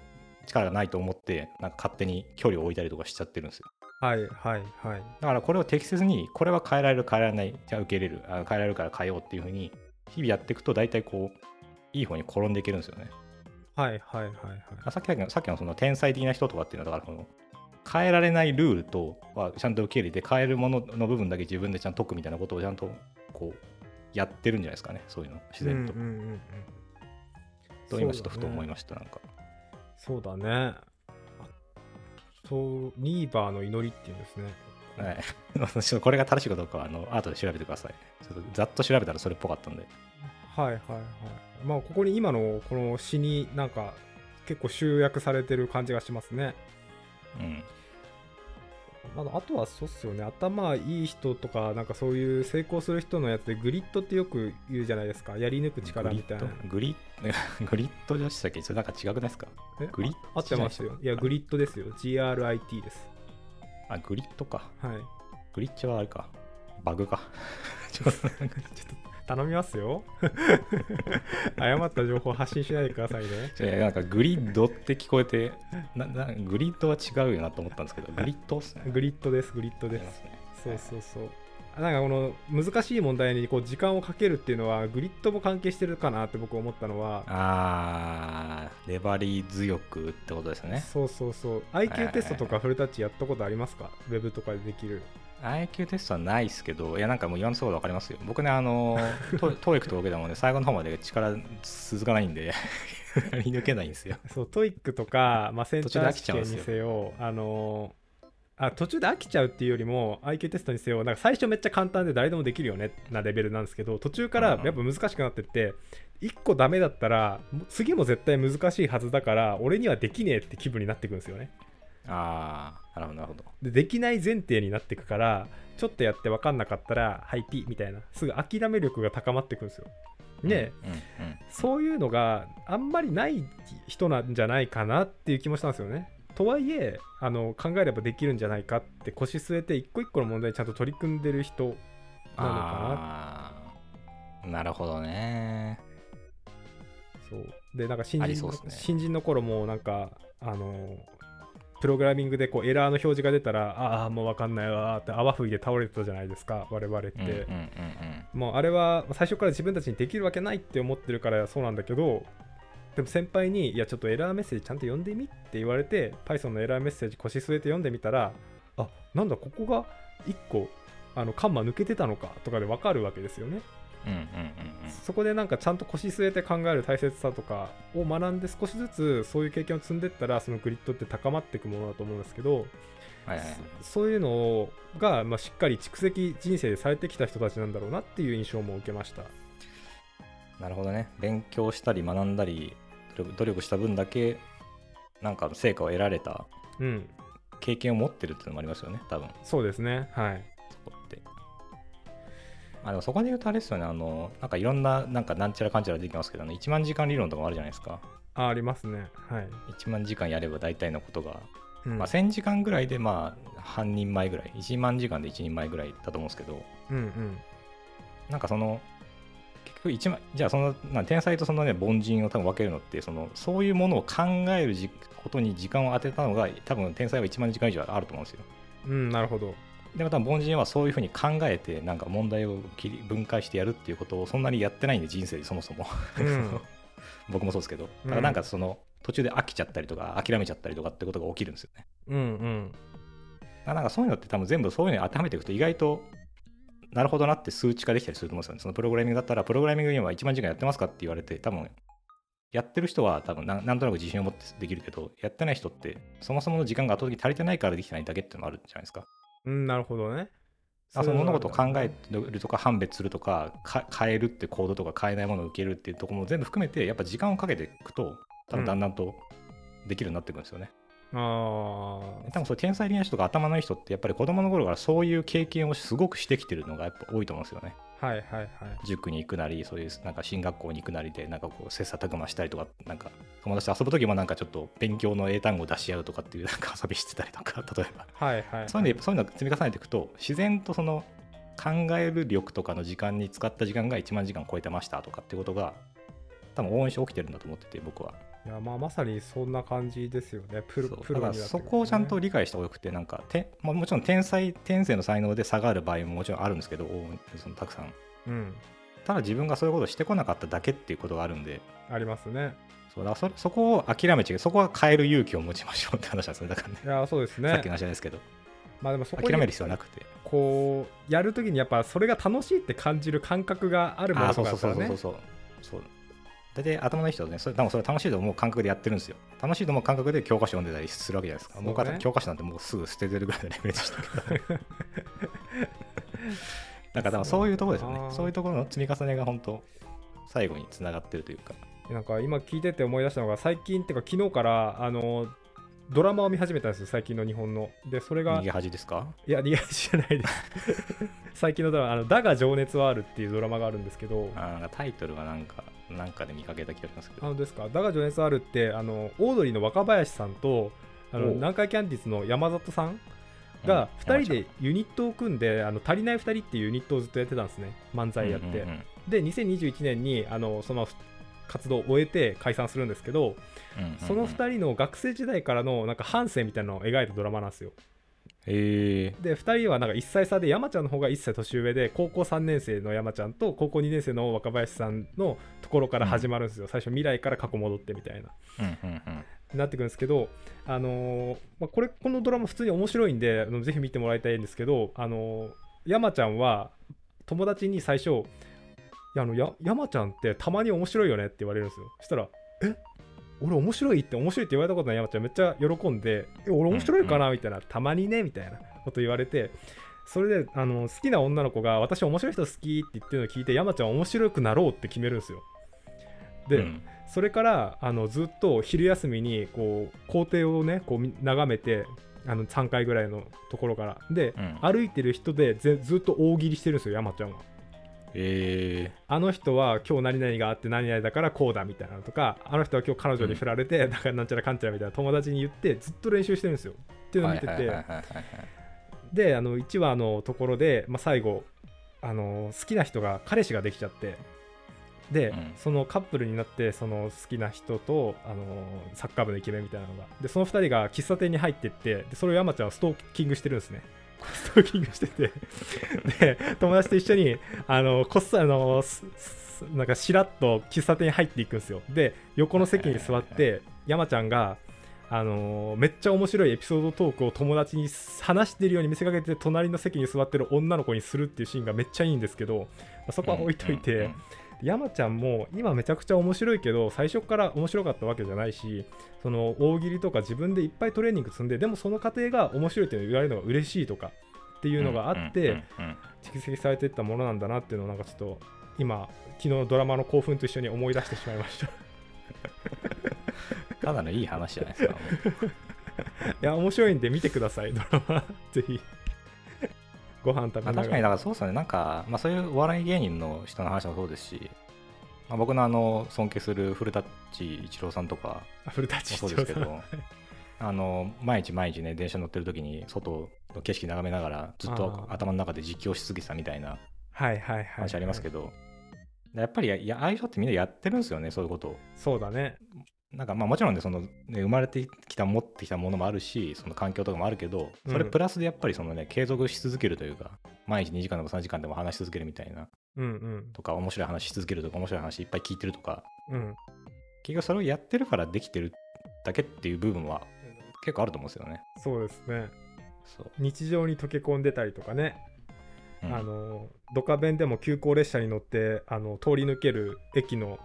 力がないと思ってなんか勝手に距離を置いたりとかしちゃってるんですよはいはいはい。だからこれを適切にこれは変えられる変えられないじゃあ受け入れるあ変えられるから変えようっていうふうに日々やっていくと大体こういい方に転んでいけるんですよね。はいはいはいはい。あさっきさっきのさっきのその天才的な人とかっていうのはだからこの変えられないルールとはちゃんと受け入れて変えるものの部分だけ自分でちゃんと解くみたいなことをちゃんとこうやってるんじゃないですかねそういうの自然と。うんうんうんうん。と今ちょっとふと思いまました、なんか。す。そうだね。あそう、ニーバーの祈りっていうんですね。はい、 ちょっとこれが正しいかどうかはあの後で調べてください。ちょっとざっと調べたらそれっぽかったんで。はいはいはい。まあ、ここに今のこの詩になんか結構集約されてる感じがしますね。うんあのあとはそうっすよね頭いい人とかなんかそういう成功する人のやつでグリッドってよく言うじゃないですかやり抜く力みたいなグリッド グリッド女子だっけそれなんか違くないですかえグリッあ合ってますよいやグリッドですよ GRIT ですあグリッドかはいグリッチはあれかバグか ちょっとなんかちょっと頼みますよ 誤った情報発信しないでくださいねいやなんかグリッドって聞こえてななグリッドは違うよなと思ったんですけどグリッドっすねグリッドですグリッドッですすねそうそうそうなんかこの難しい問題にこう時間をかけるっていうのはグリッドも関係してるかなって僕思ったのはあー粘り強くってことですねそうそうそうはいはい IQ テストとかフルタッチやったことありますかウェブとかでできる IQ テストはないですけどいやなんかもう言わんそうこと分かりますよ僕ねあのト トーイックと受けたもんね最後の方まで力続かないんで やり抜けないんですよそうトイックとか、まあ、センタ途中で飽ーき試ちゃうん験ですよにせよあのあ途中で飽きちゃうっていうよりも IQ テストにせよなんか最初めっちゃ簡単で誰でもできるよねなレベルなんですけど途中からやっぱ難しくなってって1個ダメだったらもう次も絶対難しいはずだから俺にはできねえって気分になってくるんですよねああなるほどなるほどでできない前提になってくからちょっとやって分かんなかったらはいピーみたいなすぐ諦め力が高まってくるんですよね、うんうんうんそういうのがあんまりない人なんじゃないかなっていう気もしたんですよねとはいえあの考えればできるんじゃないかって腰据えて一個一個の問題にちゃんと取り組んでる人なのかああなるほどねなそうでなんか新あり人そうのっすね新人の頃もなんかあのプログラミングでこうエラーの表示が出たらああーもう分かんないわーって泡吹いて倒れてたじゃないですか我々って、うんうんうんうんもうあれは最初から自分たちにできるわけないって思ってるからそうなんだけどでも先輩に「いやちょっとエラーメッセージちゃんと読んでみ」って言われて Python のエラーメッセージ腰据えて読んでみたらあなんだここが1個あのカンマ抜けてたのかとかで分かるわけですよね、うんうんうんうんそこでなんかちゃんと腰据えて考える大切さとかを学んで少しずつそういう経験を積んでったらそのグリッドって高まっていくものだと思うんですけどはいはいはいそそういうのが、まあ、しっかり蓄積人生でされてきた人たちなんだろうなっていう印象も受けましたなるほどね勉強したり学んだり努力努力した分だけなんか成果を得られたうん、経験を持ってるっていうのもありますよね多分そうですね。はい。そこってあでもそこで言うとあれですよねあのなんかいろんななんかなんちゃらかんちゃらできますけどあの1万時間理論とかもあるじゃないですかあ、ありますね。はい。 1万時間やれば大体のことが、うんまあ、1000時間ぐらいでまあ半人前ぐらい1万時間で1人前ぐらいだと思うんですけどうんうん。なんかその結局一万じゃあそのなん天才とそのね凡人を多分分けるのってそのそういうものを考えるじことに時間を当てたのが多分天才は1万時間以上あると思うんですようん、なるほど。でまた凡人はそういうふうに考えてなんか問題を切り分解してやるっていうことをそんなにやってないんで人生でそもそも うん、僕もそうですけどうんだからなんかその途中で飽きちゃったりとか諦めちゃったりとかってことが起きるんですよねうんうん。だからなんかそういうのって多分全部そういうのに当てはめていくと意外となるほどなって数値化できたりすると思うんですよねそのプログラミングだったらプログラミング今1万時間やってますかって言われて多分やってる人は多分なんなんとなく自信を持ってできるけどやってない人ってそもそもの時間が圧倒的に足りてないからできてないだけっていうのもあるじゃないですかうん、なるほどね。あそれのは物事を考あえるんだるとか判別するとかか変えるって行動とか変えないものを受けるっていうところも全部含めてやっぱ時間をかけていくと多うん分だんだんとできるようになっていくんですよね、あ多分そう天才リアとか頭のいい人ってやっぱり子供の頃からそういう経験をすごくしてきてるのがやっぱ多いと思うんですよねあ。はいはいはい。塾に行くなりそういうなんか進学校に行くなりでなんかこう切磋琢磨したりとかなんか友達と遊ぶ時もなんかちょっと勉強の英単語を出し合うとかっていうなんか遊びしてたりとか 例えばはいはい。そういうのそういうの積み重ねていくと自然とその考える力とかの時間に使った時間が1万時間超えてましたとかってことが多分応援して起きてるんだと思ってて僕は、いや、まあ、まさにそんな感じですよね。プロ、そうプだロにかはらそこをちゃんと理解した方がよくてなんかて、まあ、もちろん天才天性の才能で差がある場合ももちろんあるんですけどおそのたくさんうん。ただ自分がそういうことをしてこなかっただけっていうことがあるんでありますね。そうだからそそこを諦めちゃうそこは変える勇気を持ちましょうって話なんですねだからねいや、そうですね。さっきの話じゃないですけどまあ、でも、そこに諦める必要はなくてこう、やるときに、やっぱ、それが楽しいって感じる感覚があるもあのあそとうかそだうったそうらね。そうそうそう大体頭のいい人はねそれ多分それ楽しいと思う感覚でやってるんですよ楽しいと思う感覚で教科書読んでたりするわけじゃないですか、そうね僕は教科書なんてもうすぐ捨ててるぐらいのレベルでしたけど なんか多分そういうところですよそうだねなそういうところの積み重ねが本当最後につながってるというかなんか今聞いてて思い出したのが最近っていうか昨日からあのドラマを見始めたんですよ、最近の日本の。で、それが逃げ、恥ですかいや、逃げ足じゃないです。 最近のドラマ、あのだが情熱はあるっていうドラマがあるんですけど、あーなんかタイトルがなんか、なんかで見かけた気がしますけあど。のですか、だが情熱はあるって、あのオードリーの若林さんと、あのおう南海キャンディーズの山里さんうんが2人山ちでユニットを組んで、あの足りない2人っていうユニットをずっとやってたんですね、漫才やって。うんうんうんで、2021年にあのその活動を終えて解散するんですけど、うんうんうんその2人の学生時代からのなんか半生みたいなのを描いたドラマなんですよ。えで2人はなんか1歳差で山ちゃんの方が1歳年上で高校3年生の山ちゃんと高校2年生の若林さんのところから始まるんですよ、最初未来から過去戻ってみたいな。ーうんうんうんなってくるんですけど、あのーまあ、これこのドラマ普通に面白いんであのぜひ見てもらいたいんですけど、あのー山ちゃんは友達に最初いやあのや山ちゃんってたまに面白いよねって言われるんですよそしたら「え俺面白い?」って面白いって言われたことない山ちゃんめっちゃ喜んで「え俺面白いかな?」みたいな「たまにね」みたいなこと言われて。それであの好きな女の子が私面白い人好きって言ってるのを聞いて山ちゃん面白くなろうって決めるんですよで、うんそれからあのずっと昼休みにこう校庭をねこうみ眺めてあの3回ぐらいのところからで、うん歩いてる人でぜずっと大喜利してるんですよ山ちゃんは。えあの人は今日何々があって何々だからこうだみたいなのとかあの人は今日彼女に振られて、だからなんちゃらかんちゃらみたいな友達に言ってずっと練習してるんですよっていうーのをはい見てて、はいはいはいはいはいであの1話のところで、まあ、最後あの好きな人が彼氏ができちゃってで、うんそのカップルになってその好きな人とあのサッカー部のイケメンみたいなのがでその2人が喫茶店に入ってってでそれを山ちゃんはストーキングしてるんですね ストーキングして てで友達と一緒にあのこっそりあのすすなんかしらっと喫茶店に入っていくんですよで横の席に座って山ちゃんがあのーめっちゃ面白いエピソードトークを友達に話してるように見せかけて隣の席に座ってる女の子にするっていうシーンがめっちゃいいんですけど、まあそこは置いといて、うんうん山ちゃんも今めちゃくちゃ面白いけど最初から面白かったわけじゃないしその大喜利とか自分でいっぱいトレーニング積んででもその過程が面白いって言われるのが嬉しいとかっていうのがあって、うんうんうん蓄積されていったものなんだなっていうのをなんかちょっと今昨日のドラマの興奮と一緒に思い出してしまいましたいただのいい話じゃないですか。もや面白いんで見てくださいドラマ ぜひご飯食べうまなあが確からに、だからそうですよね、なんか、まあ、そういうお笑い芸人の人の話もそうですし、まあ、僕のあの尊敬する古舘一郎さんとかあ古舘も一そう郎ですけさんど、あの毎日毎日ね、電車乗ってる時に、外の景色眺めながら、ずっとあー頭の中で実況しすぎてたみたいなはいはいはい話ありますけど、やっぱりやいや、ああいう人ってみんなやってるんですよね、そういうことを。そうだねなんかまあもちろんねそのね生まれてきた持ってきたものもあるしその環境とかもあるけどそれうんプラスでやっぱりそのね継続し続けるというか毎日2時間でも3時間でも話し続けるみたいなうんとか面白い話し続けるとか面白い話いっぱい聞いてるとかうんうん結局それをやってるからできてるだけっていう部分は結構あると思うんですよね。そうですねそう日常に溶け込んでたりとかね、うんあのドカ弁でも急行列車に乗ってあの通り抜ける駅の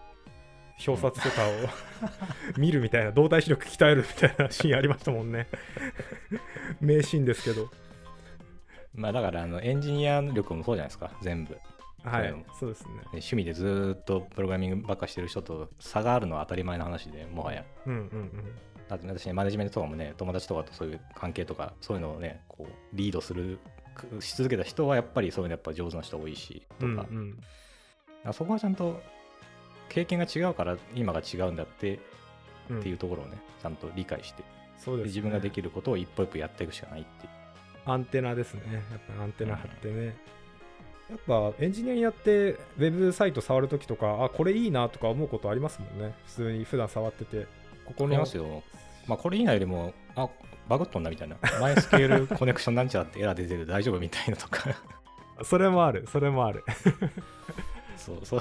表札とかを、 見るみたいな動体視力鍛えるみたいなシーンありましたもん ね名シーンですけどまあだからあのエンジニア力もそうじゃないですか全部、ねはそういういのそうですね趣味でずーっとプログラミングばっかしてる人と差があるのは当たり前の話でもはやうんうんだって私ね、マネジメントとかもね、友達とかとそういう関係とか、そういうのをね、こう、リードする、くし続けた人は、やっぱりそういうのやっぱ上手な人多いし、とか、うんうんうだかんらそこはちゃんと、経験が違うから、今が違うんだってっうんていうところをね、ちゃんと理解して、そうでですね自分ができることを一歩一歩やっていくしかないっていう。アンテナですねやっぱアンテナ張ってね、やっぱエンジニアになってウェブサイト触るときとかあこれいいなとか思うことありますもんね普通に普段触っててここ思いまのすよ。まあ、これ以外よりも、あバグっとんだみたいな、前スケールコネクションなんちゃらってエラー出てる、大丈夫みたいなとか、それもあるそれもある そう、そう、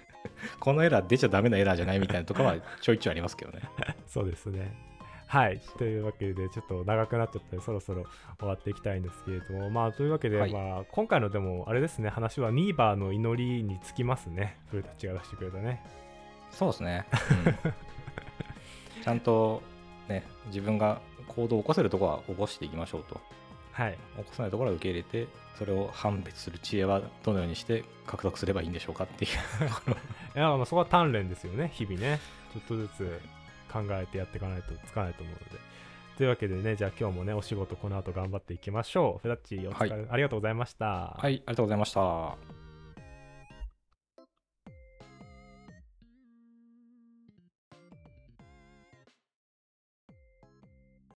このエラー出ちゃダメなエラーじゃないみたいなとかは、ちょいちょいありますけどね。そうですねはいそうというわけでちょっと長くなっちゃったのでそろそろ終わっていきたいんですけれどもまあというわけで、はいまあ、今回のでもあれですね話はニーバーの祈りにつきますね古たちが出してくれたねそうで すね。うんちゃんとね、自分が行動を起こせるところは起こしていきましょうと。はい起こせないところは受け入れて、それを判別する知恵はどのようにして獲得すればいいんでしょうかっていう。いやまあそこは鍛錬ですよね日々ねちょっとずつ考えてやっていかないとつかないと思うのでというわけでね、じゃあ今日もね、お仕事この後頑張っていきましょう。フラッチー、お疲れ、ありがとうございました。はい、ありがとうございました。